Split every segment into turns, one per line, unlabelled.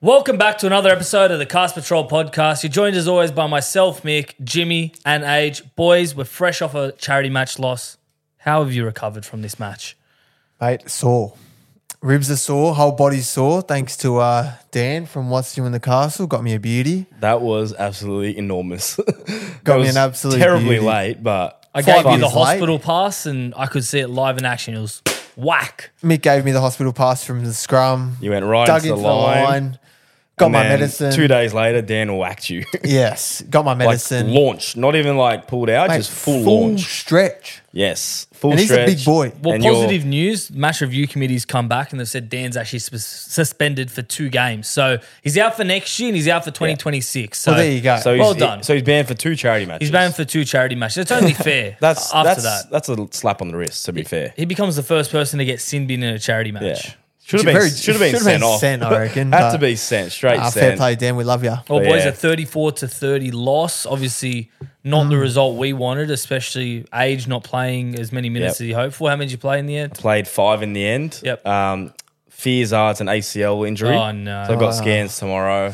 Welcome back to another episode of the Cast Patrol podcast. You're joined as always by myself, Mick, Jimmy, and Age. Boys, we're fresh off a charity match loss. How have you recovered from this match?
Mate, sore. Ribs are sore, whole body's sore. Thanks to uh, Dan from What's New in the Castle. Got me a beauty.
That was absolutely enormous.
Got
It
me
was
an absolute
terribly
beauty.
late, but
I gave you
hours
the
late.
hospital pass and I could see it live in action. It was whack.
Mick gave me the hospital pass from the scrum.
you went right
dug
into the
into
line.
Got
and
my
then
medicine.
Two days later, Dan whacked you.
Yes, got my
like
medicine.
launch, not even like pulled out,
Mate,
just full, launch.
stretch.
Yes, full
And he's a
stretch.
big boy. Uh,
Well,
And you're-
positive news match review committee's come back and they've said Dan's actually sus- suspended for two games. So he's out for next year and he's out for 2026. So
Well, there you go.
So he's,
Well done.
so he's banned for two charity matches.
He's banned for two charity matches. It's only fair.
That's
after
that's,
that.
That's a slap on the wrist. To be fair,
He becomes the first person to get sin bin in a charity
yeah.
match.
Should have been
Very-
should have been
should've
sent
been
off.
sent, I reckon,
Had to
but-
be sent straight.
Ah, fair
sent.
play, Dan. We love you.
Well,
But
Oh, boys,
yeah.
a 34 to 30 loss. Obviously, not
Mm.
the result we wanted, especially age not playing as many minutes
Yep.
as he hoped for. How many did you play in the end?
played five in the end.
Yep.
Um, fears are it's an ACL injury.
Oh, no.
So I've got scans tomorrow.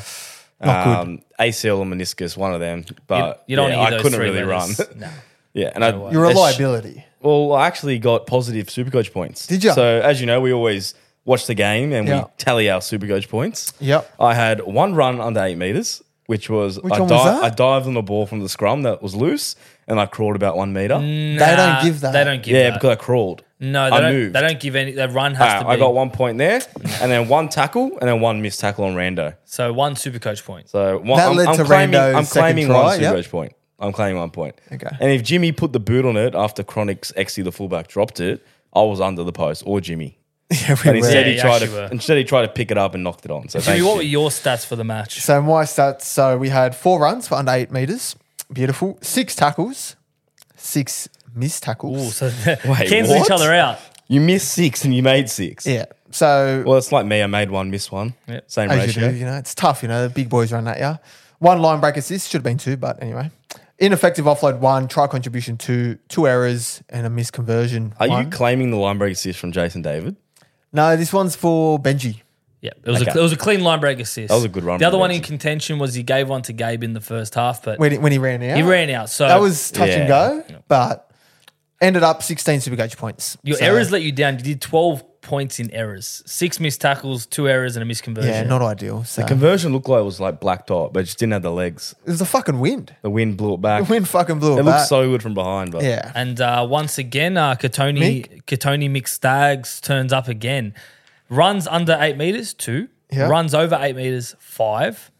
Um,
Not good.
ACL or meniscus, one of them.
You-
But
you don't
Uh, yeah,
need
I
those
couldn't
three
really
letters.
run.
No.
yeah, and I,
way.
You're a
it's-
liability.
Well, I actually got positive Supercoach points.
Did ya?
So as you know, we always watch the game and
Yeah.
we tally our Supercoach points.
Yep.
I had one run under eight meters. Which was, I,
one was that?
I dived on the ball from the scrum that was loose and I crawled about one meter.
They
Nah,
don't give that.
They don't give
yeah,
that.
because I crawled.
no, they
I
don't,
moved.
they don't give any. Their run has
Alright,
to be.
Ah, I got one point there, and then one tackle, and then one missed tackle on Rando.
So one super coach point.
So one,
That
I'm,
led
I'm
to
claiming,
Rando's
I'm
second
claiming
try,
one super
yep.
edge point. I'm claiming one point.
Okay.
And if Jimmy put the boot on it after Chronic's Exy the fullback dropped it, I was under the post or Jimmy.
Yeah, we
And
were.
instead
Yeah,
he
you
tried to
actually were.
instead he tried to pick it up and knocked it on. So
Jimmy,
thank
what were
you.
your stats for the match?
So my stats. So we had four runs for under eight meters. Beautiful. Six tackles. Six missed tackles.
Ooh, so cancel each
what?
other out.
You missed six and you made six.
Yeah. So
Well, it's like me. I made one, missed one. Same
as
ratio.
you do, you know, it's tough. You know, the big boys run at you. One line break assist should have been two, but anyway. Ineffective offload one, try contribution two, two errors and a missed conversion.
Are
one.
you claiming the line break assist from Jason David?
no, this one's for Benji.
Yeah, it was a
Okay.
it was a clean line break assist. That
was a good run
The other
break
one in
assist.
contention was he gave one to Gabe in the first half, but
When he, when he ran out,
he ran out. So
That was touch and
Yeah.
go, but ended up 16 super gauge points.
Your
So,
errors let you down. You did 12 points in errors, six missed tackles, two errors, and a missed conversion.
Yeah, not ideal. So it
Conversion looked like it was like black dot, but it just didn't have the legs.
was a fucking wind.
The wind blew it back.
The wind fucking blew it,
It
back.
looks so good from behind, but
yeah.
and uh, once again, uh, Katoni Katoni McStaggs turns up again. Runs under eight meters, two.
Yeah.
Runs over eight meters, five.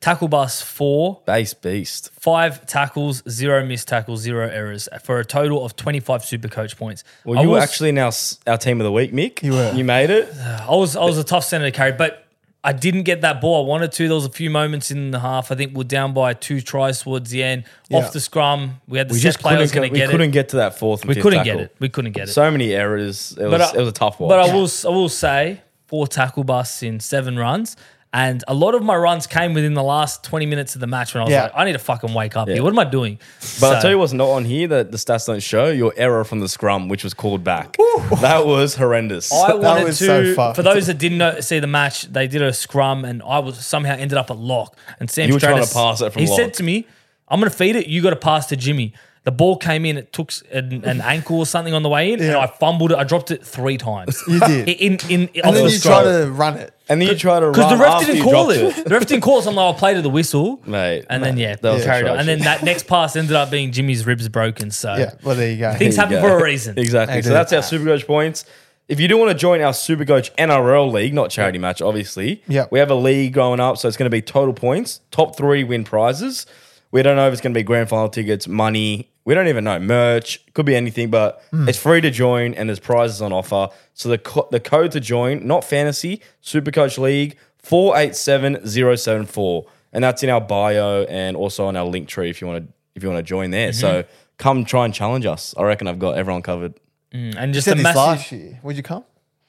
Tackle bus, four.
base beast.
Five tackles, zero missed tackles, zero errors for a total of 25 super coach points.
Well,
I
you were
will-
actually now our team of the week, Mick. You
were.
You made it.
I was I was a tough center to carry, but I didn't get that ball I wanted to. There was a few moments in the half. I think we're down by two tries towards the end.
Yeah.
Off the scrum, we had the
We
set
just
play. I was
couldn't. Get,
going to
we
get
couldn't
it.
get to that fourth. And
We
fifth
couldn't
tackle.
get it. We couldn't get it.
So many errors. It was.
But I-
it was a tough one.
But I will I will say four tackle busts in seven runs. And a lot of my runs came within the last 20 minutes of the match when I was
Yeah.
like, I need to fucking wake up here. What am I doing?
But I'll tell you what's not on here that the stats don't show your error from the scrum, which was called back. That was horrendous.
I wanted
was
to.
so fucked.
for those that didn't know, see the match, they did a scrum, and I was somehow ended up at lock. And Sam
You were
Stratus-
trying to pass it from
He said
lock.
to me, "I'm going to feed it. You got to pass to Jimmy." The ball came in. It took s- an, an ankle or something on the way in, and
Yeah.
I fumbled it. I dropped it three times.
You did.
in in, in
and then you try to run it.
and then you try to run
because the ref
after
didn't
you
call
dropped
it. The ref didn't call it. So I'm like, I'll play to the whistle,
Mate,
And then
mate,
yeah,
that was
carried on. And then
atrocious.
that next pass ended up being Jimmy's ribs broken. So
Yeah, well, there you go.
things
There you
happen
go.
for a reason.
Exactly. So
do.
that's our Supercoach points. If you do want to join our Supercoach NRL league, not charity match, obviously,
Yep.
we have a league growing up, so it's going to be total points. Top three win prizes. We don't know if it's going to be grand final tickets, money. We don't even know merch. Could be anything, but it's free to join and there's prizes on offer. So the co- the code to join, not fantasy, Supercoach League four eight seven zero seven four, and that's in our bio and also on our link tree if you want to if you want to join there. So come try and challenge us. I reckon I've got everyone covered.
Mm, And just a
Said this
massive,
last year. Would you come?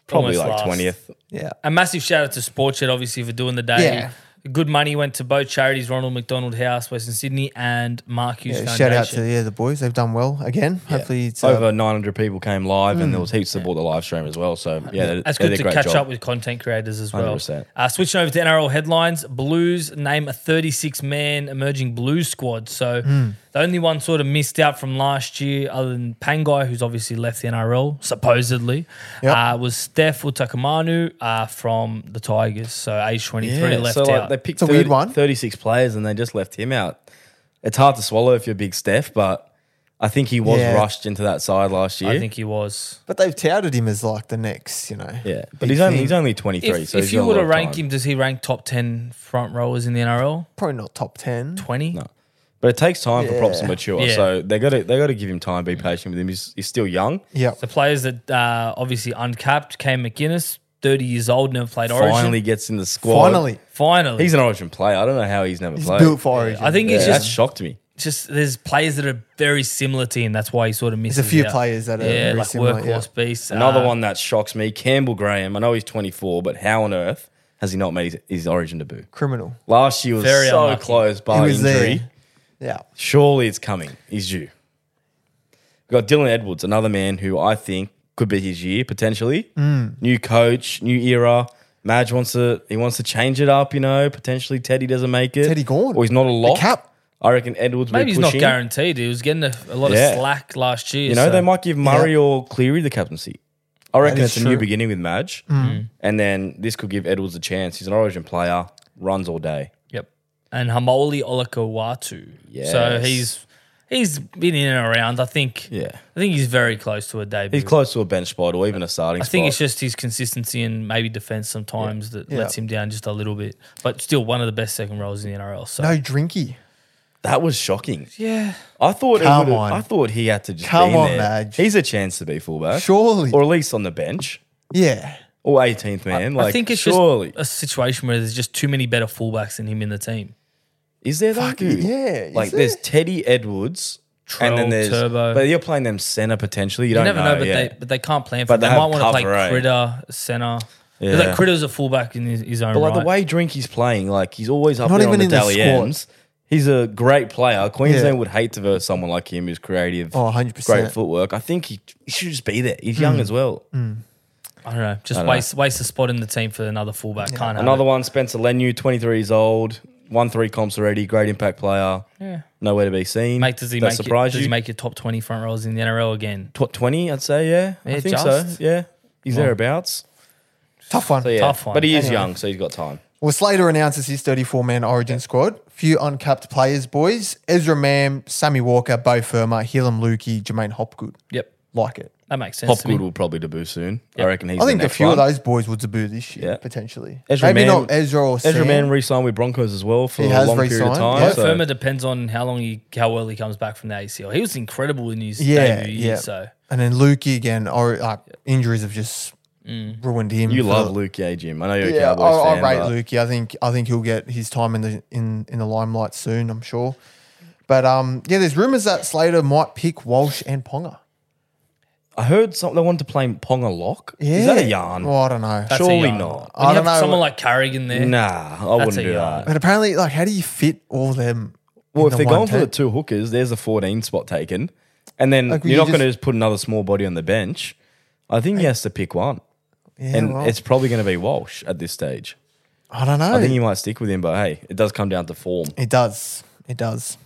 Probably
Almost
like
last.
twentieth.
Yeah.
a massive shout out to Sportshed, obviously, for doing the day.
Yeah.
Good money went to both charities, Ronald McDonald House, Western Sydney, and Mark Hughes
Yeah,
Foundation.
shout out to yeah the boys. They've done well again. Hopefully it's uh,
Over 900 people came live, and there was heaps that bought the live stream as well. So Mm. yeah, they-
That's
they
good
did
to
a great
catch
job.
up with content creators as well.
100%.
Uh, switching over to NRL headlines, Blues name a 36 man emerging Blues squad. So
Hmm.
the only one sort of missed out from last year, other than Pangai, who's obviously left the NRL, supposedly,
Yep.
uh, was Steph Utakamanu uh, from the Tigers. So age 23 left
so like
out.
they picked
It's a weird
30
one.
36 players and they just left him out. It's hard to swallow if you're big Steph, but I think he was
Yeah.
rushed into that side last year.
I think he was.
but they've touted him as like the next, you know.
yeah, but
big
he's only
thing.
he's only 23.
If,
so
if
he's got
you
a
were
lot
to
of
rank
time.
him, does he rank top 10 front rowers in the NRL?
probably not top ten.
20?
but it takes time for props to
Yeah.
mature.
Yeah.
So they got to they got to give him time. Be patient with him. He's, he's still young.
Yeah.
The players that uh, obviously uncapped, Kane McGuinness, 30 years old, never played
Finally
Origin.
gets in the squad.
Finally,
Finally.
he's an Origin player. I don't know how he's never
he's
played.
built for Origin.
I think
Yeah,
it's
that
just,
shocked me.
just there's players that are very similar to him. That's why he sort of misses
there's a few
out.
players that are
Yeah,
very
like
similar. yeah.
workhorse beasts.
Another
Uh,
one that shocks me, Campbell Graham. I know he's 24, but how on earth has he not made his, his Origin debut?
Criminal.
Last year was
Very
so
unlucky.
close
He
by
was
injury.
there. Yeah.
Surely it's coming. He's due. We've got Dylan Edwards, another man who I think could be his year potentially.
Mm.
New coach, new era. Madge wants to he wants to change it up, you know. Potentially Teddy doesn't make it.
Teddy gone.
Or he's not a lock.
cap.
I reckon Edwards will
Maybe he's
push
not
him.
guaranteed. He was getting a, a lot
Yeah.
of slack last year.
You know,
so-
they might give Murray or Cleary the captaincy. I reckon it's
is
a new
true. Mm.
beginning with Madge.
Mm.
And then this could give Edwards a chance. He's an origin player, runs all day.
Yep. And Hamoli Olakawatu. So
Yes.
he's he's been in and around. I think
Yeah.
I think he's very close to a debut.
He's close to a bench spot or even a starting
I think it's
spot.
just his consistency and maybe defense sometimes that
Yeah.
lets him down just a little bit. But still one of the best second roles in the NRL. So
No drinky.
that was shocking.
yeah.
I thought it
Come
would've-
on.
I thought he had to just
Come
be in
on,
there.
Madge.
He's a chance to be fullback.
Surely.
Or at least on the bench.
Yeah.
Or eighteenth man. like
I think it's
surely.
just a situation where there's just too many better fullbacks than him in the team.
is there though?
Fuck,
dude?
yeah, is
Like there's Teddy Edwards. and
Trell,
then there's
Turbo.
But you're playing them center potentially. You,
You
don't
never know, but
yeah.
they but they can't plan for
But
it. They,
they
might
have
want to play
cover, eh?
Critter center. 'Cause,
Yeah.
Like Critter's a fullback in his, his own
But like
right.
the way Drinky's playing, like he's always up
Not
there
even
on
in
the
the
daily
squad.
ends. He's a great player. Queensland
Yeah.
would hate to verse someone like him who's creative,
Oh, Mm. 100%.
great footwork. I think he, he should just be there. He's young as well.
I don't know. Just
don't know.
waste waste a spot in the team for another fullback. Can't have
Another one, Spencer Lenu, 23 years old, won three comps already, great impact player.
Yeah.
Nowhere to be seen.
Mate, does he
that
make
surprise
it, does
you?
he make your top twenty front rows in the NRL again?
Tw- 20, I'd say, yeah. I
Yeah,
think
just.
so. Yeah. He's thereabouts.
Tough one.
So, yeah.
Tough one.
But he is
Anyway.
young, so he's got time.
Well, Slater announces his 34 man origin squad. Few uncapped players, boys. Ezra Mam, Sammy Walker, Bo Firma, Helam Lukey, Jermaine Hopgood.
Yep,
Like it.
that makes sense. to me.
Hopgood will probably debut soon. I reckon he's
I think
the
a
next
few
one.
of those boys will debut this year,
Yeah.
potentially.
Ezra
Maybe
Mann-
not Ezra or
Ezra
Sam.
Mann re-signed with Broncos as well for
He
a
has
long period of
re-signed,
time.
yeah.
Bo
so-
Firma depends on how long he, how well he comes back from the ACL. He was incredible in his
yeah,
debut
yeah.
year, so
And then Lukey again, or like injuries have just
Mm.
ruined him.
You
for
love
the-
Luke, yeah, Jim. I know you're a
Yeah, I,
Cowboys
I
fan.
rate
but
Lukey. I think I think he'll get his time in the in in the limelight soon. I'm sure. But um, yeah, there's rumors that Slater might pick Walsh and Ponga.
I heard some, they wanted to play Ponga Lock. Is that a
Yeah.
yarn?
Well, I don't know.
That's a
Surely
yarn.
not.
When
I
you have
don't know.
someone like Carrigan there.
Nah, I wouldn't
a
do
yarn.
that.
But apparently, like, how do you fit all them?
Well,
in
if
the
they're
one
going for
team?
the two hookers, there's a 14 spot taken. And then
Like,
you're
you
not
just-
going to just put another small body on the bench. I think he has to pick one.
yeah,
and
well,
it's probably going to be Walsh at this stage.
I don't know.
I think you might stick with him, but hey, it does come down to form.
it does. It does.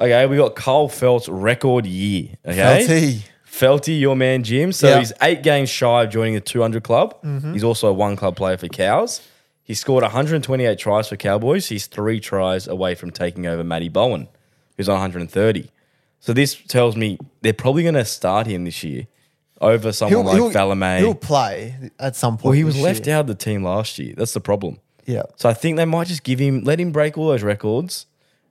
Okay, we got Carl Felt's record year. Okay.
LT.
Felty, your man Jim. So
Yeah. Mm-hmm.
he's eight games shy of joining the 200 club. He's also a one club player for Cows. He scored 128 tries for Cowboys. He's three tries away from taking over Matty Bowen, who's on 130. So this tells me they're probably going to start him this year over someone like Valame.
he'll play at some point.
well, he was
this
left
year.
out of the team last year. That's the problem.
Yeah.
So I think they might just give him, let him break all those records,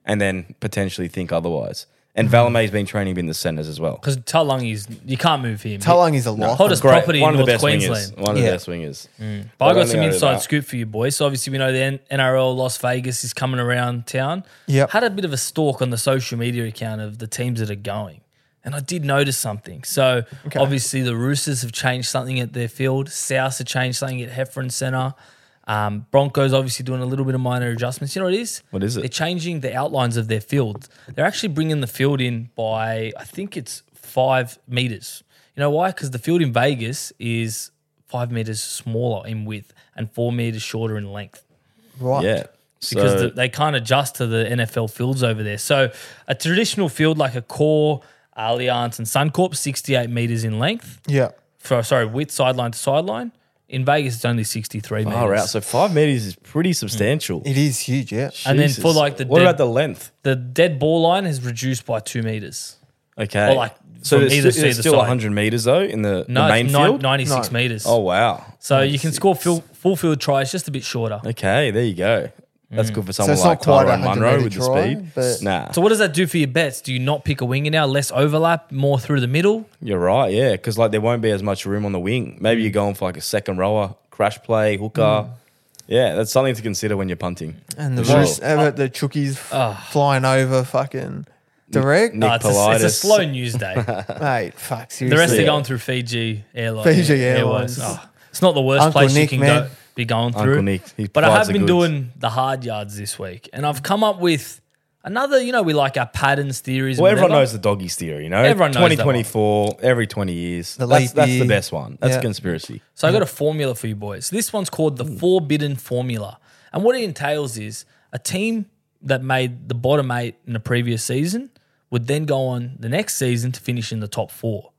and then potentially think otherwise.
Mm-hmm.
And Valame's been training him in the centres as well.
Because Talangi's, you can't move him.
How long is a lock?
hottest
Great.
property
One
in
of the best
North Queensland. Mm.
wingers. One of
Yeah.
the best wingers.
But I
Well,
got
I
some
don't know
inside
that.
scoop for you boys. So obviously we know the N- NRL Las Vegas is coming around town.
Yep.
Had a bit of a stalk on the social media account of the teams that are going. And I did notice something. So obviously the Roosters have changed something at their field. South have changed something at Heffron Centre. Um, Broncos obviously doing a little bit of minor adjustments. You know what it is?
What is it?
They're changing the outlines of their field. They're actually bringing the field in by I think it's five meters. You know why? Because the field in Vegas is five meters smaller in width and four meters shorter in length
Right.
Yeah.
because
So-
the, they can't adjust to the NFL fields over there. So a traditional field like a Core, Allianz, and Suncorp, 68 meters in length.
Yeah.
For, sorry, width sideline to sideline. In Vegas, it's only 63 meters.
Far out. So five meters is pretty substantial.
It is huge, yeah.
Mm. And then for
Jesus.
like the
what
dead-
about the length?
the dead ball line is reduced by two meters.
Okay,
Or like
so
from
there's,
either
sti- there's
side.
still 100 meters though in the, the
No,
main
it's nine-
field.
96
No.
meters.
Oh wow.
so you can score full, full field tries just a bit shorter.
Okay, there you go.
Mm.
That's good for someone
it's
like
not quite a
Tyrone
100
Munro
meter
with the
try,
speed.
but-
nah,
So what does that do for your bets? Do you not pick a winger now? Less overlap, more through the middle?
you're right. Yeah, because like there won't be as much room on the wing. Maybe
Mm.
you're going for like a second rower, crash play, hooker. Yeah, that's something to consider when you're punting.
And the
For sure.
worst ever, the chookies f- flying over fucking direct.
Nick
No, it's, a, it's a
Politis.
slow news day.
Mate, fuck, seriously.
The rest
Yeah.
are going through Fiji Airlines.
Fiji Airlines.
Oh, it's not the worst
Uncle
place
Nick,
you can
man.
go, be going through.
Uncle Nick, he
but I
provides
have
the
been
goods.
doing the hard yards this week, and I've come up with another. You know, we like our patterns, theories. and
Well, everyone
whatever.
knows the doggies theory, you know.
Everyone knows that one.
2024, every 20 years.
The
that's,
leap
that's
year.
the best one. That's
Yeah. Hmm.
conspiracy.
So I got a formula for you boys. This one's called the Forbidden Formula. And what it entails is a team that made the bottom eight in the previous season would then go on the next season to finish in the top four.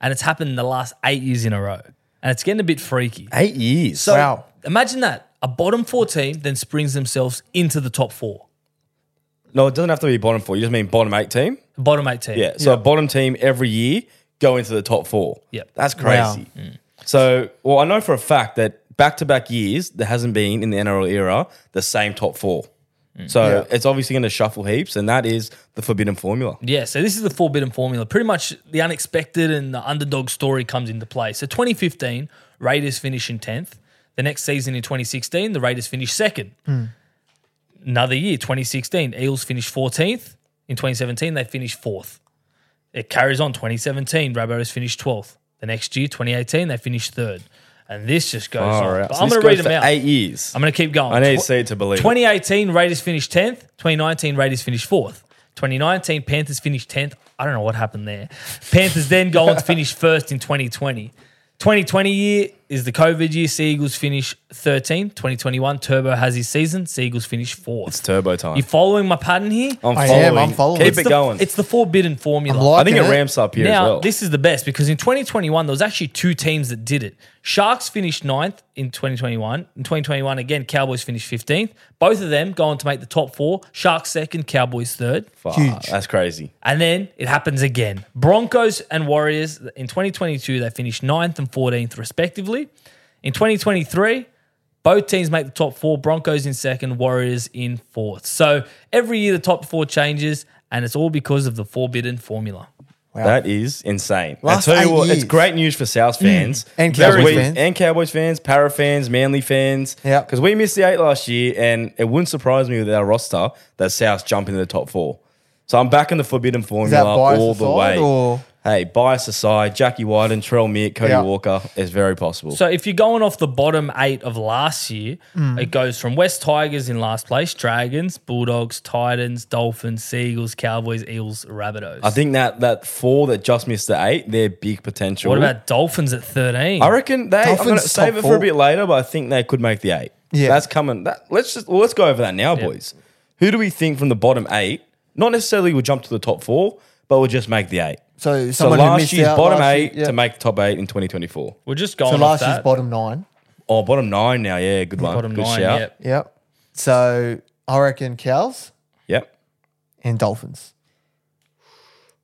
And it's happened the last eight years in a row. And it's getting a bit freaky.
Eight years.
So
Wow.
imagine that. A bottom four team then springs themselves into the top four.
no, it doesn't have to be bottom four. You just mean bottom eight team.
The bottom eight team.
Yeah. So a bottom team every year go into the top four.
Yep. Mm.
That's
Wow.
crazy. So, well, I know for a fact that back to back years, there hasn't been in the NRL era the same top four.
Mm.
So it's obviously going to shuffle heaps, and that is the forbidden formula.
Yeah, so this is the forbidden formula. Pretty much the unexpected and the underdog story comes into play. So 2015, Raiders finish in 10th. The next season in 2016, the Raiders finish second.
Hmm.
Another year, 2016, Eels finish 14th. In 2017, they finish fourth. It carries on. 2017, Rabbitohs finished 12th. The next year, 2018, they finish third. And this just goes
All
on.
right.
But
So
I'm
this
going to read
goes
them
for
out.
Eight years.
I'm going to keep going.
I need to
Tw-
see it to believe. it.
2018 Raiders finished 10th. 2019 Raiders finished 4th. 2019 Panthers finished 10th. I don't know what happened there. Panthers then go on to finish first in 2020. 2020 year is the COVID year. Seagulls finish 13th. 2021 Turbo has his season. Seagulls finish 4th.
It's turbo time.
you following my pattern here?
I'm
I am,
following.
I'm following.
Keep
it's
it
the,
going.
It's the forbidden formula.
I'm liking
I think it
it.
ramps up here
now,
as well.
this is the best because in 2021, there was actually two teams that did it. Sharks finished ninth in 2021. In 2021, again, Cowboys finished 15th. Both of them go on to make the top four. Sharks second, Cowboys third.
Fuck,
huge.
That's crazy.
And then it happens again. Broncos and Warriors in 2022, they finished 9th and 14th, respectively. In 2023, both teams make the top four Broncos in second, Warriors in fourth. So every year, the top four changes, and it's all because of the forbidden formula.
That is insane. I
Last
tell you
eight
what,
years. Mm.
it's great news for South fans
And
Very-
Cowboys fans.
and Cowboys fans, Para fans, Manly fans.
Yeah.
because we missed the eight last year, and it wouldn't surprise me with our roster that South jump into the top four. So I'm back in the forbidden formula
that bias
all the
aside,
way.
or-
Hey, bias aside, Jackie White and Trell Mick, Cody
Yeah.
Walker is very possible.
So if you're going off the bottom eight of last year,
Mm.
it goes from West Tigers in last place, Dragons, Bulldogs, Titans, Dolphins, Seagulls, Cowboys, Eels, Rabbitohs.
I think that that four that just missed the eight, they're big potential.
what about Dolphins at 13?
I reckon they. I'm gonna
Dolphins
save
top
it for
four.
a bit later, but I think they could make the eight.
Yeah.
that's coming. That, let's just well, let's go over that now, boys. Who do we think from the bottom eight? Not necessarily will jump to the top four, but will just make the eight.
So
So
someone who
last
missed
year's
out
bottom
last year-
eight
yeah.
to make the top eight in 2024.
We're just going
So
off
last year's
that.
bottom nine.
Oh, bottom nine now. Yeah, good one.
Bottom
good
nine,
shout.
yep.
Yep. So I reckon cows
Yep.
and dolphins.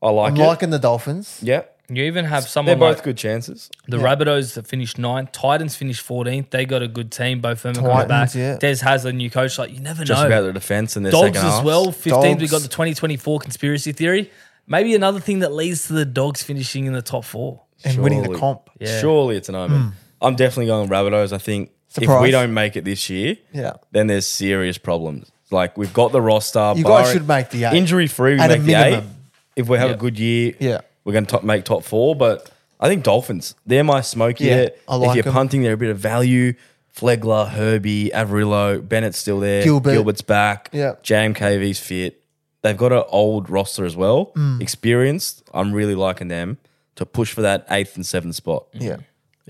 I like
I'm
it.
liking the dolphins.
Yep.
You even have
They're
someone
both
like
good chances.
the Rabbitohs that finished ninth, Titans finished 14th. They got a good team, both of them are coming
Titans,
back.
yeah.
Des Hasler, new coach, like you never
Just
know.
about the defense and their
Dogs
second half.
as well. 15th, we
Dogs.
got the 2024 conspiracy theory. Maybe another thing that leads to the dogs finishing in the top four.
And winning the
Surely.
comp. Hmm.
Yeah.
Surely it's an omen. I'm definitely going Rabbitohs. I think if we
Surprise.
don't make it this year,
Yeah.
then there's serious problems. Like we've got the roster.
You guys
barring-
should make the eight.
Injury free, we
At a
make the eight.
minimum.
If we have
Yeah.
a good year,
Yeah.
we're going to top, make top four. But I think Dolphins, they're my smoky.
Yeah,
hit.
I like
if you're
'em.
punting, they're a bit of value. Flegler, Herbie, Averillo, Bennett's still there.
Gilbert.
Gilbert's back.
Yeah.
Jam KV's fit. They've got an old roster as well.
Hmm.
Experienced. I'm really liking them to push for that eighth and seventh spot.
Yeah.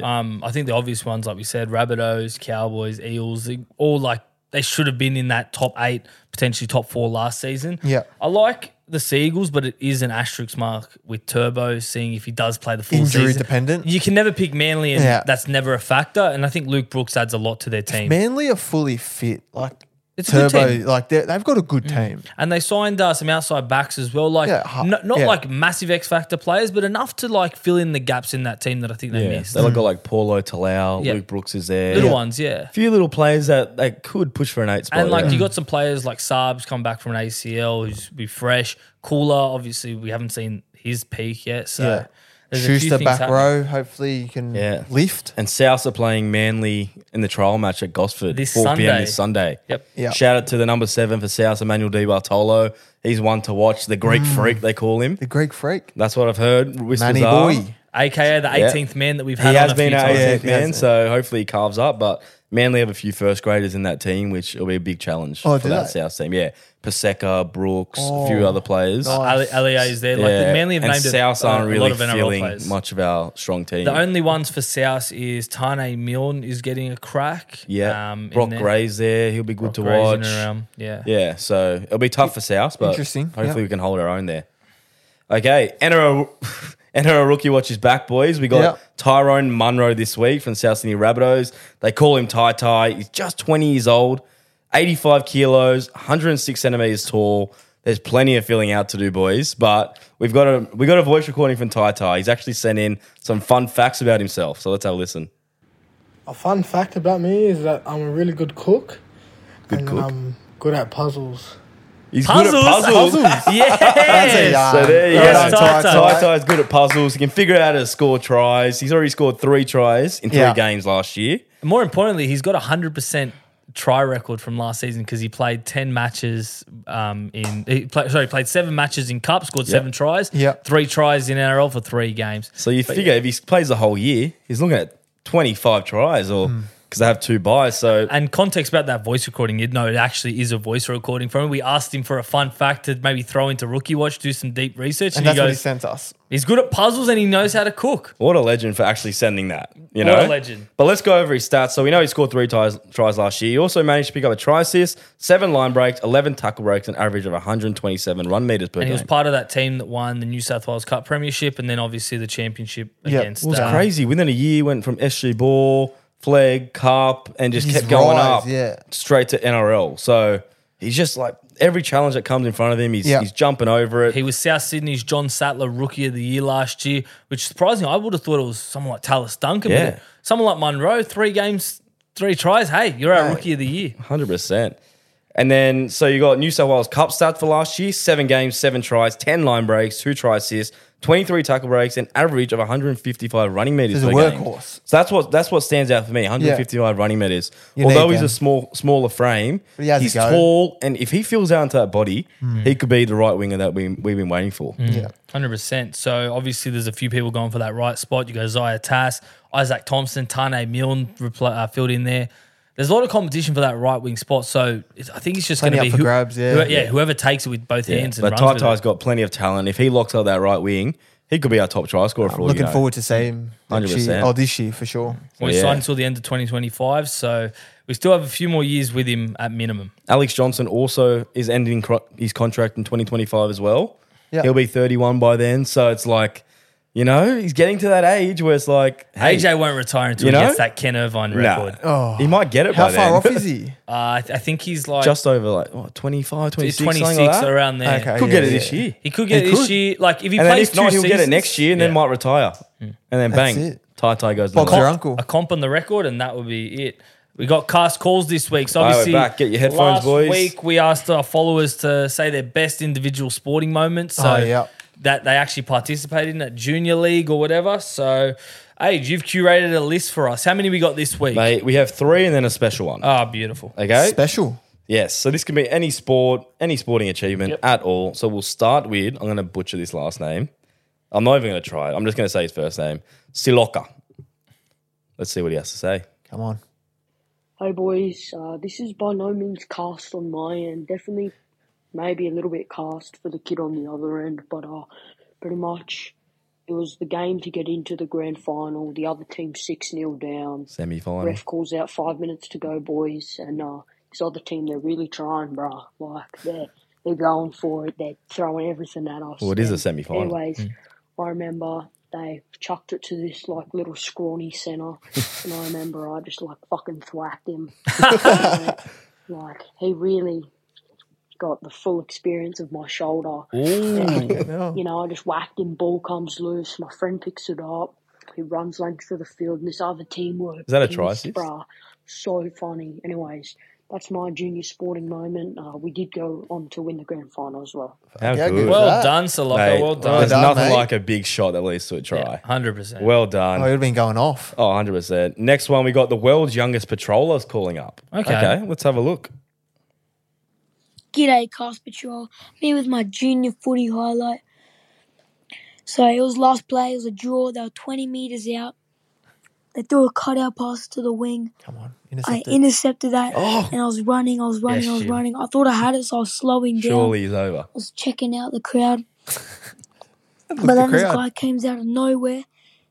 Um, I think the obvious ones, like we said, Rabbitohs, Cowboys, Eels, they all like they should have been in that top eight, potentially top four last season.
Yeah.
I like the Seagulls, but it is an asterisk mark with Turbo, seeing if he does play the full
Injury
season.
dependent.
You can never pick Manly, and
Yeah.
that's never a factor. And I think Luke Brooks adds a lot to their team.
Manly are fully fit. Like
It's a good
Turbo,
team. Mm.
like they're- they've got a good team.
and they signed uh, some outside backs as well, like
Yeah, ha-
no, not
yeah.
like massive X factor players, but enough to like fill in the gaps in that team that I think they
Yeah.
missed.
They've got like Paulo Talau,
Yeah.
Luke Brooks is there.
Little
Yeah.
ones, yeah.
few little players that they could push for an eight spot.
And like
Oh, yeah.
you got some players like Saab's come back from an ACL who's be fresh. Cooler, obviously, we haven't seen his peak yet. So
Yeah.
there's a few
Schuster
things
back
happening.
row. Hopefully you can
Yeah.
lift.
and South are playing Manly in the trial match at Gosford
This
4 p.m.
Sunday.
this Sunday.
Yep.
Yeah.
Shout out to the number seven for South, Emmanuel Di Bartolo. He's one to watch. The Greek freak, they call him.
Hmm. The Greek freak.
That's what I've heard. Whispers
Manny
are.
boy.
AKA the
Yeah.
18th man that we've
He
had on
has
a few
been our
times.
18th
Yeah, he
man,
has.
so hopefully he carves up. But Manly have a few first graders in that team, which will be a big challenge
Oh,
for
do
that
they? Oh,
South team. Yeah, Paseka, Brooks, a few other players.
Ali, Ali is there. Like
Yeah.
the Manly have
and
named
South
a,
aren't
a
really
lot of NRL
feeling
players.
much of our strong team.
The only ones for South is Tane Milne is getting a crack.
Yeah.
um, in
Brock
there.
Gray's there. He'll be good to
Gray's in
watch.
and around. Yeah.
Yeah. So it'll be tough for South, but
Interesting,
hopefully
yeah.
we can hold our own there. Okay. NRL, NRL rookie watches back, boys. We got
Yeah.
Tyrone Munro this week from South Sydney Rabbitohs. They call him Ty Ty. He's just 20 years old, 85 kilos, 106 centimeters tall. There's plenty of filling out to do, boys. But we've got a we got a voice recording from Ty Ty. He's actually sent in some fun facts about himself. So let's have a listen.
A fun fact about me is that I'm a really good cook. and
cook.
I'm good at puzzles.
He's
Puzzles. Yes.
yarn.
So there you
Yes,
go.
Ty
Ty
Ty.
Ty Ty's good at puzzles. He can figure out how to score tries. He's already scored three tries in three
Yeah.
games last year.
More importantly, he's got a hundred percent try record from last season because he played ten matches. Um, in he play, sorry, played seven matches in cup, scored seven tries.
Yep.
three tries in NRL for three games.
So you figure if he plays the whole year, he's looking at 25 tries or
Hmm.
because they have two buys. So
And context about that voice recording, you know, it actually is a voice recording from him. We asked him for a fun fact to maybe throw into Rookie Watch, do some deep research,
And
and,
that's
he
what he
goes,
sent us.
he's good at puzzles and he knows how to cook.
what a legend for actually sending that. You
What
know,
a legend.
But let's go over his stats. So we know he scored three tries, tries last year. He also managed to pick up a try assist, seven line breaks, 11 tackle breaks, an average of 127 run meters per
And he
game.
was part of that team that won the New South Wales Cup Premiership and then obviously the championship
Yeah.
against.
It was
uh,
crazy. Within a year, went from SG Ball, Flag, Carp, and just
His
kept going
rise,
up
yeah.
straight to NRL. So he's just like every challenge that comes in front of him, he's,
Yeah.
he's jumping over it.
He was South Sydney's John Sattler Rookie of the Year last year, which surprisingly, I would have thought it was someone like Talis Duncan.
Yeah.
But someone like Munro, three games, three tries. Hey, you're our Rookie of the Year.
100%. And then, so you got New South Wales Cup stats for last year seven games, seven tries, 10 line breaks, two try assists, 23 tackle breaks, an average of 155 running meters.
He's a
per game.
workhorse.
So that's what that's what stands out for me 155 running meters.
You
Although
need
he's
them.
a small smaller frame,
But he has a
he's
go.
tall. And if he fills out into that body,
Hmm.
he could be the right winger that we, we've been waiting for.
Yeah.
Hundred percent. So obviously, there's a few people going for that right spot. You go Zaya Tass, Isaac Thompson, Tane Milne repl- uh, filled in there. There's a lot of competition for that right wing spot. So it's, I think it's just going
Plenty
to be
up for grabs, yeah.
whoever, whoever takes it with both hands and
But
runs
Tai
with it.
Tai's got plenty of talent. If he locks up that right wing, he could be our top try scorer for all
Looking
you know.
forward to seeing him next year.
100%.
Oh, this year for sure.
We
Yeah.
signed until the end of 2025, so we still have a few more years with him at minimum.
Alex Johnson also is ending cro- his contract in 2025 as well.
Yeah.
He'll be 31 by then. So it's like, you know, he's getting to that age where it's like, hey,
AJ won't retire until
You
he
know?
gets that Ken Irvine
nah,
record.
he might get it
Oh. How
by
far
then.
off is he?
Uh, I, th- I think he's like
Just over like what, 25, 26,
he's
something
26
like that.
around there.
Okay.
Could
Yeah,
get it
yeah.
this year.
He could get
He
it this
could.
year. Like if he
And then
plays
if not,
two
he'll get it
seasons-
next year and
Yeah. Mm.
then might retire. And then
That's
bang,
it.
Tai Tai goes.
Box
to the
your
line.
uncle.
a comp on the record, and that would be it. We got cast calls this week, so
All right, we're
obviously
back. Get your headphones,
last
boys.
week we asked our followers to say their best individual sporting moments, so
Oh, yeah.
that they actually participated in at junior league or whatever. So, Age, you've curated a list for us. How many we got this week?
Mate, we have three and then a special one.
Ah, beautiful.
okay.
Uh, Special.
Yes, so this can be any sport, any sporting achievement at all. So we'll start with I'm going to butcher this last name. I'm not even going to try it. I'm just going to say his first name, Siloka. Let's see what he has to say.
Come on.
Hey boys, uh, this is by no means cast on my end. Definitely, maybe a little bit cast for the kid on the other end, but uh, pretty much it was the game to get into the grand final. The other team 6 0 down.
Semi final.
Ref calls out five minutes to go, boys, and uh, this other team, they're really trying, bruh. Like, they're, they're going for it. They're throwing everything at us.
Well, it is a
And
semi-final.
Anyways, I remember they chucked it to this, like, little scrawny centre, and I remember I just, like, fucking thwacked him. uh, like, he really got the full experience of my shoulder.
Mm.
You know, I just whacked him, ball comes loose, my friend picks it up, he runs length for the field, and this other team works.
Is that a try assist?
Bruh, so funny. Anyways, that's my junior sporting moment. Uh, we did go on to win the grand final as well.
How
Yeah,
good.
good.
Well
that?
done, Saloko.
Mate,
well done.
There's
done,
nothing
mate.
like a big shot that leads to a try.
Hundred percent.
Well
Oh, he'd
done.
have been going off.
Oh, 100%. Next one, we got the world's youngest patrollers calling up.
Okay.
let's have a look.
G'day, Cast Patrol. Me with my junior footy highlight. So it was last play, it was a draw. They were 20 metres out. They threw a cutout pass to the wing.
Come on,
I
intercept it.
intercepted that and I was running, I was running, I was
Jim.
running. I thought I had it, so I was slowing down.
Surely he's over.
I was checking out the crowd. but
the
then this
crowd.
guy comes out of nowhere.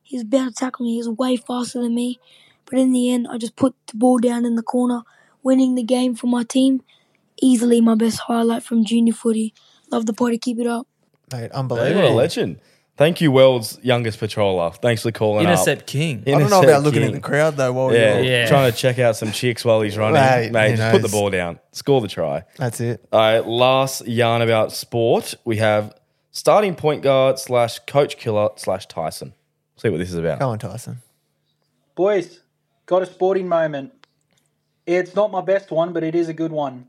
He was about to tackle me. He was way faster than me. But in the end, I just put the ball down in the corner, winning the game for my team. Easily my best highlight from junior footy. Love the party. Keep it up.
Mate,
Hey,
unbelievable.
what a legend. Thank you, world's youngest patroller. Thanks for calling
Intercept
up.
King.
I don't know
Intercept
about looking at
king.
the crowd though. While
Yeah,
you're,
Yeah.
trying to check out some chicks while he's running.
Mate,
Mate,
who
just put the
knows?
ball down. Score the try.
that's it.
All right, last yarn about sport. We have starting point guard slash coach killer slash Tyson. See what this is about.
Go on, Tyson.
Boys, got a sporting moment. It's not my best one, but it is a good one.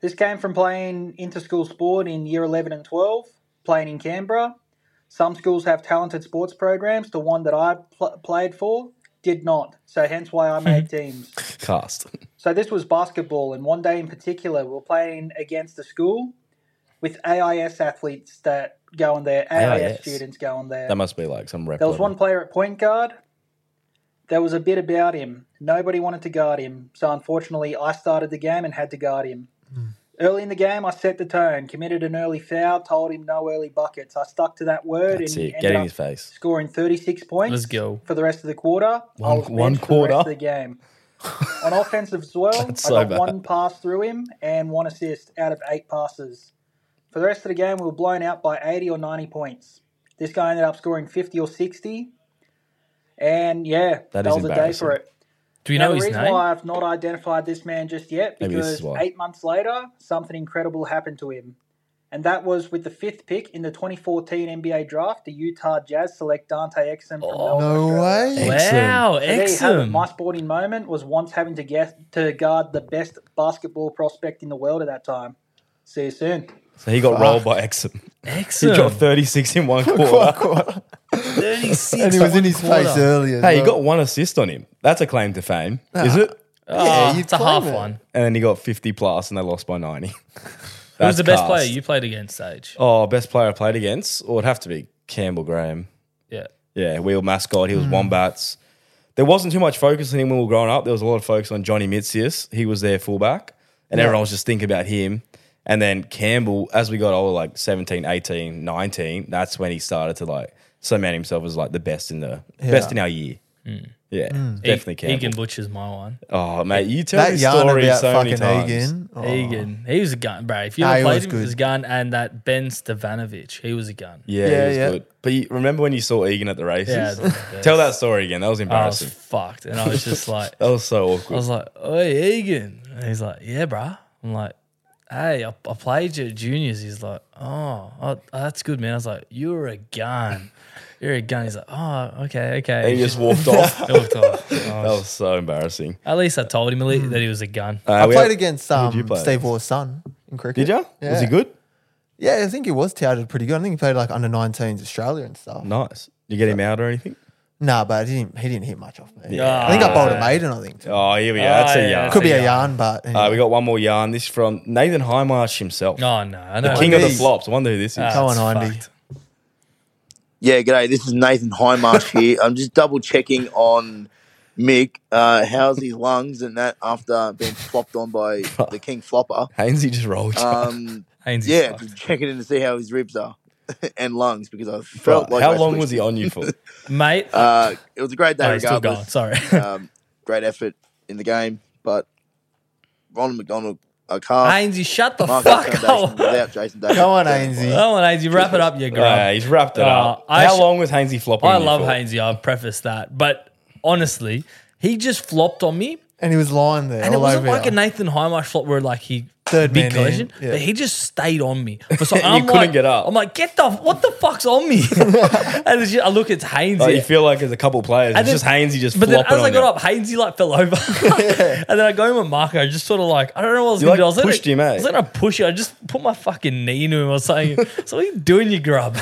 This came from playing inter-school sport in year 11 and 12, playing in Canberra. Some schools have talented sports programs. The one that I pl- played for did not, so hence why I made teams.
Cast.
So this was basketball, and one day in particular, we were playing against a school with AIS athletes that go on there, AIS,
AIS.
students go on there.
That must be like some rep.
There was
level.
one player at point guard. There was a bit about him. Nobody wanted to guard him. So unfortunately, I started the game and had to guard him.
Hmm.
Early in the game, I set the tone, committed an early foul, told him no early buckets. I stuck to that word
That's
and
it. Get
ended
in
up
his face.
scoring 36 points
Let's go.
for the rest of the quarter. I
One-
was
one
benched for the rest
quarter?
of the game. On offense as well, I got
That's so bad.
one pass through him and one assist out of eight passes. For the rest of the game, we were blown out by 80 or 90 points. This guy ended up scoring 50 or 60. And yeah,
That
that,
is
was a day for
embarrassing.
it.
Do you
Now,
know
the
his
reason
name?
why I've not identified this man just yet
Maybe this is
because
why.
eight months later, something incredible happened to him. And that was with the fifth pick in the 2014 NBA draft, the Utah Jazz select Dante Exum from
Oh.
Melbourne,
No
Australia.
way.
Wow,
So There you have it.
excellent.
My sporting moment was once having to get to guard the best basketball prospect in the world at that time. See you soon.
So he got rolled by Exum. He got
Excellent.
36 in one quarter.
Thirty-six.
And he was in his
quarter.
face earlier. as
hey, he
well.
got one assist on him. That's a claim to fame, is it?
Ah,
you'd
it's a
claim
half
it.
one.
And then he got 50 plus and they lost by 90.
Who was
That's
the best
class.
player you played against, Sage?
Oh, best player I played against? Or it'd have to be Campbell Graham.
Yeah.
Yeah, wheel mascot. He
Hmm.
was Wombats. There wasn't too much focus on him when we were growing up. There was a lot of focus on Johnny Mitzius. He was their fullback. And everyone was just thinking about him. And then Campbell, as we got older, like 17, 18, 19, that's when he started to like cement himself as like the best in the best in our year.
Hmm.
Yeah, definitely
Egan
Campbell.
Butcher's my one.
Oh, mate, you tell
Hmm. that
this
yarn
story
about
so many
fucking
times.
Egan. Oh,
Egan. He was a gun, bro. If you
Ah,
ever
he
played
was
him,
good.
he was a gun. And that Ben Stavanovich, he was a gun.
Yeah,
Yeah,
he was
yeah.
good. But you, remember when you saw Egan at the races?
Yeah, that was the Oh,
tell that story again. That was
I was
embarrassing.
fucked. And I was just like,
that was so
I
awkward.
was like, "Hey, Egan," and he's like, "Yeah, bruh. I'm like, "Hey, I, I played you at juniors." He's like, "Oh, oh, that's good, man." I was like, "You're a gun. You're a gun." He's like, "Oh, okay, okay."
And he just walked off.
He walked off. Oh,
That was so embarrassing.
at least I told him at least that he was a gun.
Uh,
I
we
played
have-
against
you
um,
play
Steve Waugh's son in cricket.
Did you? Was he
Yeah.
good?
Yeah, I think he was touted pretty good. I think he played like under 19s Australia and stuff.
Nice. Did you get him out or anything?
Nah, but he didn't, he didn't hit much off me.
Yeah.
I think I bowled a maiden, I think. Too.
Oh, here we go. That's
yeah,
a yarn.
Could be
yeah.
a yarn, but anyway.
Uh, we got one more yarn. This is from Nathan Highmarsh himself,
Oh no, Ah. I know.
king of the
Jeez.
flops. I wonder who this is.
Go on,
That's
Hindy.
fucked.
Yeah, g'day. This is Nathan Highmarsh here. I'm just double checking on Mick, uh, how's his lungs and that after being flopped on by the King Flopper?
Hainsey just rolled.
Um,
Haynes is
yeah,
fucked.
just checking in to see how his ribs are and lungs because I
Bro,
felt like
how
I
long
switched-
was he on you for?
mate.
Uh, it was a great day
oh, he's still going.
regardless.
Sorry.
um, great effort in the game, but Ronald McDonald, a
Uh,
calf.
Hainsey, shut the
Mark
fuck
Foundation
up.
without Jason Davis.
Come on,
Definitely.
Ainsley.
Come on, Hainsey, wrap it up, you
Yeah,
guy.
he's wrapped it
Uh,
up.
I
how
sh-
long was Uh, Hainsey flopping?
I
on you
love
for?
Hainsey. I'll preface that. But honestly, he just flopped on me.
And he was lying there.
And it
all
wasn't
over
like
you.
a Nathan Highmarsh flop where like he
Third
big
man
collision,
in, yeah.
but he just stayed on me. For some,
You
I'm
couldn't
like-
get up.
I'm like, get the what the fuck's on me? and it's just, I look, it's Haynes.
Like, Oh, You feel like there's a couple players.
And
It's just
then-
Hainsey just
but then
flopping
as I
on
got
you.
up, Hainsey like fell over, and then I go in with Marco, just sort of like I don't know what I was
You,
gonna
like,
do. I was
pushed
gonna,
him, eh?
I was gonna push you. I just put my fucking knee into him. I was saying, "So what are you doing, you grub?"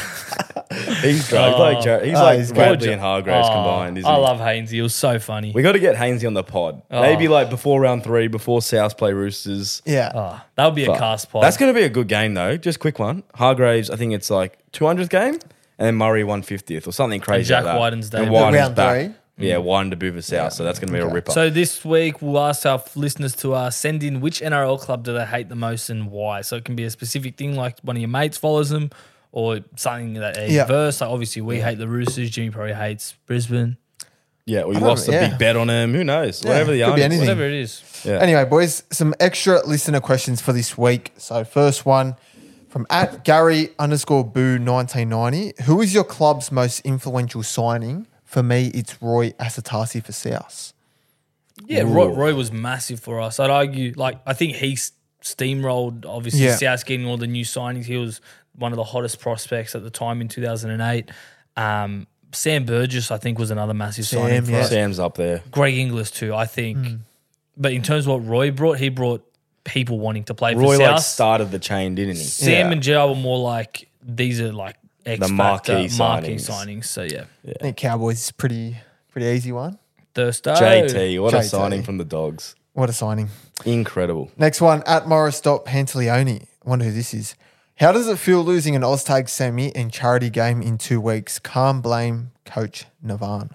He's drugged. like Jar-
Oh,
he's like
he's
Bradley
Gorgeous.
and Hargraves
Oh,
combined. Isn't
I
he?
love Oh. Hainsey. It was so funny.
We got to get Hainsey on the pod. Maybe like before round three, before South play Roosters.
yeah.
Ah, that would be a cast pod.
That's going to be a good game though. Just quick one. Hargraves, I think it's like 200th game, and then Murray 150th or something crazy.
Jack
like that.
Wyden's day.
And Wyden's
Round
back.
three?
Yeah, Wyden to Boover South. So that's going to be a ripper.
So this week we'll ask our listeners to uh, send in which NRL club do they hate the most and why. So it can be a specific thing like one of your mates follows them or something that they
Yeah.
verse. Like obviously we hate the Roosters. Jimmy probably hates Brisbane.
yeah, we
don't-
lost a
yeah.
big bet on him. Who knows? Whatever the
could be
argument
anything.
was.
Whatever it is.
Yeah.
Anyway, boys, some extra listener questions for this week. So first one from at Gary underscore Boo nineteen ninety. Who is your club's most influential signing? For me, it's Roy Asatasi for South.
Yeah, Roy, Roy was massive for us. I'd argue. Like I think he s- steamrolled obviously
Yeah.
South getting all the new signings. He was one of the hottest prospects at the time in 2008. Um, Sam Burgess, I think, was another massive signing
Sam,
for
yeah.
us.
Sam's up there.
Greg Inglis too, I think. But in terms of what Roy brought, he brought people wanting to play for
Roy
South.
like started the chain, didn't he?
Sam
Yeah.
and Jai were more like these are like X
The
factor,
marquee
marquee,
signings.
signings. So yeah,
I think Cowboys is pretty pretty easy one.
Thirsto.
JT, what a
JT.
signing from the Dogs.
What a signing.
Incredible.
Next one at Morris dot Pantaleone. Wonder who this is. How does it feel losing an Oztag semi and charity game in two weeks? Can't blame Coach Navan.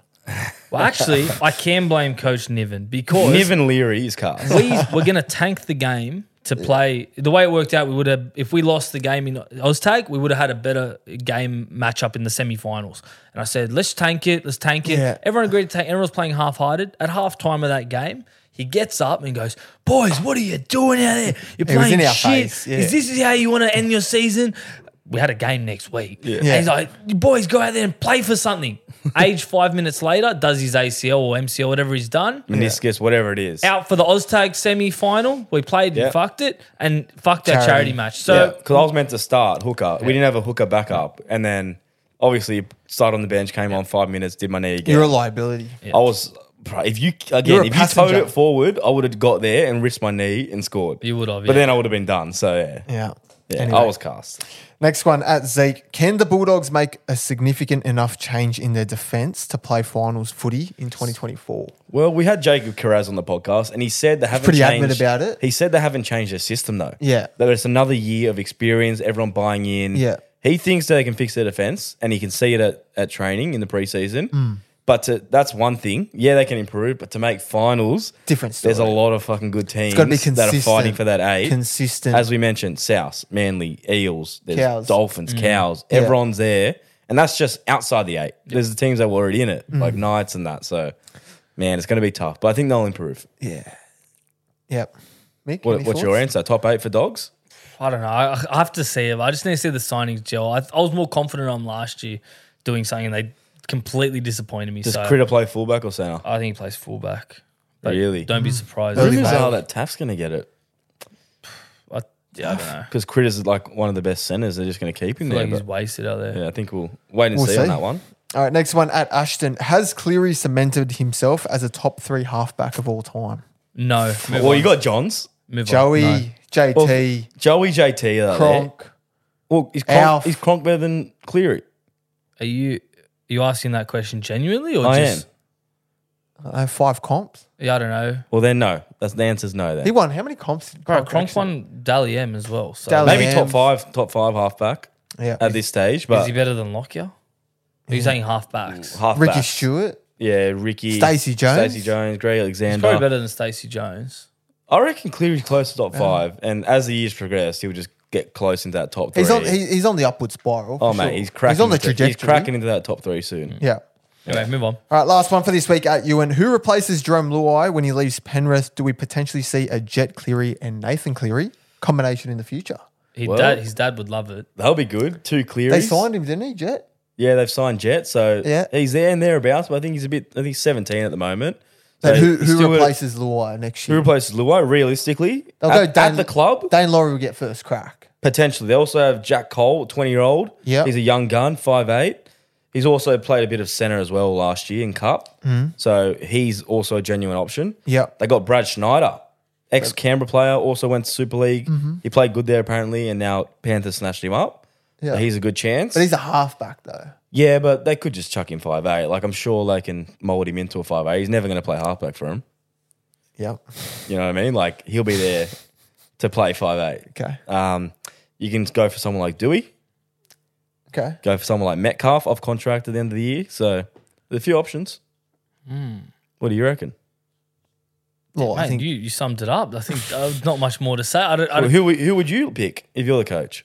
Well, actually, I can blame Coach Niven because
Niven Leary is cast.
we were going to tank the game to play. The way it worked out, we would have if we lost the game in Oztag, we would have had a better game matchup in the semi-finals. And I said, let's tank it, let's tank it.
Yeah.
Everyone agreed to tank. Everyone was playing half-hearted. At halftime of that game, he gets up and goes, "Boys, what are you doing out there? You're
It was
playing
in our
shit.
face, yeah.
Is this is how you want to end your season?" We had a game next week. And
Yeah.
he's like, "You boys, go out there and play for something. Age five minutes later, does his ACL or MCL, whatever he's done
Meniscus, whatever it is.
out for the Oztag semi final. We played
Yeah.
and fucked it and fucked our
Charity.
charity match.
Yeah,
So
because I was meant to start hooker. We didn't have a hooker backup, and then obviously started on the bench, came on five minutes, did my knee again.
You're a liability.
I was bro, if you
You're
again
a
if you towed
passenger.
it forward, I would have got there and risked my knee and scored.
You would have,
but
yeah.
then I would have been done. So yeah,
Yeah.
Yeah,
Anyway.
I was cast.
Next one at Zeke. Can the Bulldogs make a significant enough change in their defense to play finals footy in 2024?
Well, we had Jacob Carraz on the podcast, and he said they haven't
pretty
changed,
adamant about it.
He said they haven't changed their system though.
Yeah.
that it's another year of experience, everyone buying in.
Yeah.
he thinks they can fix their defense, and he can see it at, at training in the preseason.
Hmm.
But to, that's one thing. Yeah, they can improve, but to make finals,
Different
There's a
story.
lot of fucking good teams
gotta be
that are fighting
consistent.
for that eight.
Consistent.
as we mentioned, South, Manly, Eels, there's
Cows.
Dolphins,
Mm.
Cows. Everyone's there, and that's just outside the eight. There's the teams that were already in it,
Mm.
like Knights and that. So, man, it's going to be tough. But I think they'll improve.
Yeah. Yep. Mick,
What,
any
what's your
thoughts?
answer? Top eight for dogs?
I don't know. I, I have to see it. I just need to see the signings gel. I, I was more confident on last year doing something and they completely disappointed me.
Does
so
Critter play fullback or center?
I think he plays fullback.
Really?
Don't be surprised.
Rumors
back.
are that Taft's going to get it
I, yeah, I don't know.
because Critter's is like one of the best centers. They're just going to keep him
I feel
there.
like he's
but-
wasted out there.
yeah, I think we'll wait and
We'll
see, on
see.
that one.
All right. Next one at Ashton. Has Cleary cemented himself as a top three halfback of all time?
No. Move
well,
on.
you got Johns,
Move on.
Joey,
No.
JT,
Joey, JT. Are there.
Cronk.
Well, is Cronk,
Alf.
is Cronk better than Cleary?
Are you are you asking that question genuinely or
I
just
am.
I have uh, five comps.
yeah, I don't know.
Well, then no. That's the answer's no. Then
He won. How many comps? did
Bro, Cronk
actually-
won Dally M as well. So
Dally
Maybe
Lamb.
top five, top five halfback
Yeah.
at this stage,
Is
but
he better than Lockyer? Are you saying halfbacks?
halfback.
Ricky Stewart.
Yeah, Ricky.
Stacey Jones?
Stacey Jones, Greg
He's probably
Alexander.
better than Stacey Jones.
I reckon Cleary's close to top five. And as the years progressed, he would just get close into that top three.
He's on, he, he's on the upward spiral.
oh,
for
mate,
sure.
he's cracking.
He's on the
into-
trajectory. Mm.
He's cracking into that top three soon.
Yeah.
Anyway, move on.
All right, last one for this week at Ewan. Who replaces Jerome Luai when he leaves Penrith? Do we potentially see a Jet Cleary and Nathan Cleary combination in the future?
He
Well-
dad, his dad would love it.
That'll be good. Two Clearys.
They signed him, didn't he, Jet?
Yeah, they've signed Jet, so
Yeah.
he's there and thereabouts. But I think he's a bit. I think he's seventeen at the moment.
But who
he's still
who
a-
replaces Luai next
who
year?
replaces Luai? Realistically,
They'll
at,
go Dan-
at the club
Dane Laurie will get first crack.
potentially. They also have Jack Cole, twenty year old.
Yeah.
he's a young gun, 5'8". He's also played a bit of center as well last year in cup, so he's also a genuine option.
Mm. Yep.
they got Brad Schneider, ex Canberra player, also went to Super League.
Mm-hmm.
He played good there apparently, and now Panthers snatched him up.
Yeah.
So he's a good chance.
But he's a halfback though.
Yeah, but they could just chuck him five eight. Like I'm sure they can mold him into a five eight. He's never going to play halfback for him.
Yep.
You know what I mean? Like he'll be there to play five eight.
Okay.
Um, you can go for someone like Dewey.
Okay.
Go for someone like Metcalf off contract at the end of the year. So there's a few options.
Hmm.
What do you reckon?
Well,
Mate,
I think
you, you summed it up. I think uh, not much more to say. I don't. I, don't,
who would- who would you pick if you're the coach?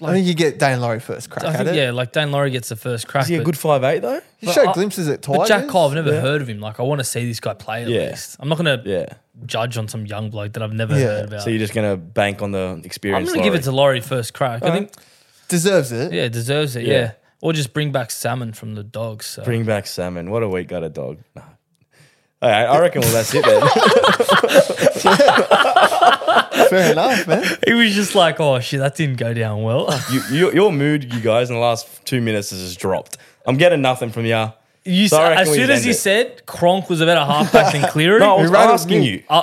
I think you get Dane Laurie first crack
I
at
think
it.
yeah, like Dane Laurie gets the first crack.
Is he a
but-
good five eight though?
He showed
I-
glimpses at Tigers.
but Jack Cole, I've never heard of him. Like I want to see this guy play at
Yeah.
least. I'm not gonna
Yeah.
judge on some young bloke that I've never
Yeah.
heard about.
So you're just going to bank on the
I'm
experience.
gonna give it to Laurie first crack. I think
Deserves it.
yeah, deserves it. Yeah.
Yeah.
Or just bring back salmon from the dogs. So.
Bring back salmon. What a week got a dog. No. All right, I reckon well that's it then.
Fair enough, man.
he was just like, oh shit, that didn't go down well.
you, you, your mood, you guys, in the last two minutes has just dropped. I'm getting nothing from you.
You
So I
s-
reckon
as
we
soon
end
as he
it.
said Cronk was a better halfback than Cleary,
No, I was
You're right,
asking
you-
you.
uh,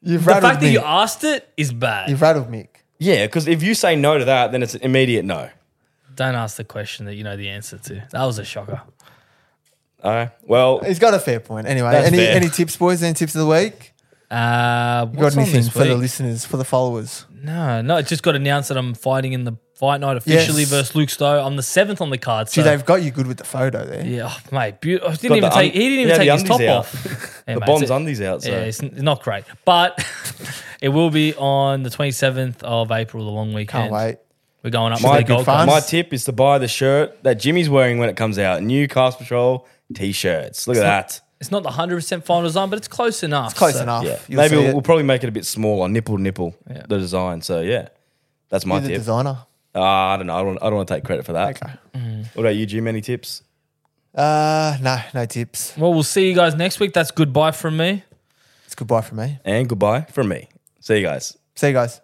You've
the
rattled
fact that
Mick.
you asked it is bad.
You've rattled Mick.
Yeah, because if you say no to that, then it's an immediate no.
Don't ask the question that you know the answer to. That was a shocker.
All right. Well,
He's got a fair point. Anyway,
That's
any
fair.
any tips, boys? Any tips of the week?
Uh,
You got
what's on
anything
this
for the
week?
listeners, for the followers?
No, no, it just got announced that I'm fighting in the fight night officially
Yes.
versus Luke Stowe. I'm the seventh on the card.
Gee,
So
they've got you good with the photo there.
yeah, oh, mate, beau- I didn't even
the
take.
un-
he didn't
yeah,
even
the
take his top
undies out.
off. Yeah,
the
mate,
bomb's
it's-
undies out. So
Yeah, it's n- not great, but it will be on the 27th of April, the long weekend.
Can't wait.
We're going up
Should
to
be
the
good
Gold
fun.
Coast.
my tip is to buy the shirt that Jimmy's wearing when it comes out. New Cast Patrol t-shirts. Look at that.
It's not the 100% final design, but it's close enough.
It's close
so-
enough.
Yeah.
You'll
Maybe
see
we'll,
it.
we'll probably make it a bit smaller, nipple to nipple, the design. So yeah, that's my
You're the
tip.
designer.
Ah, I don't know. I don't, I don't want to take credit for that.
Okay.
Mm.
What about you, Jim? Any tips?
Uh, no, no tips.
Well, we'll see you guys next week. That's goodbye from me.
It's goodbye from me.
And goodbye from me. See you guys.
See you guys.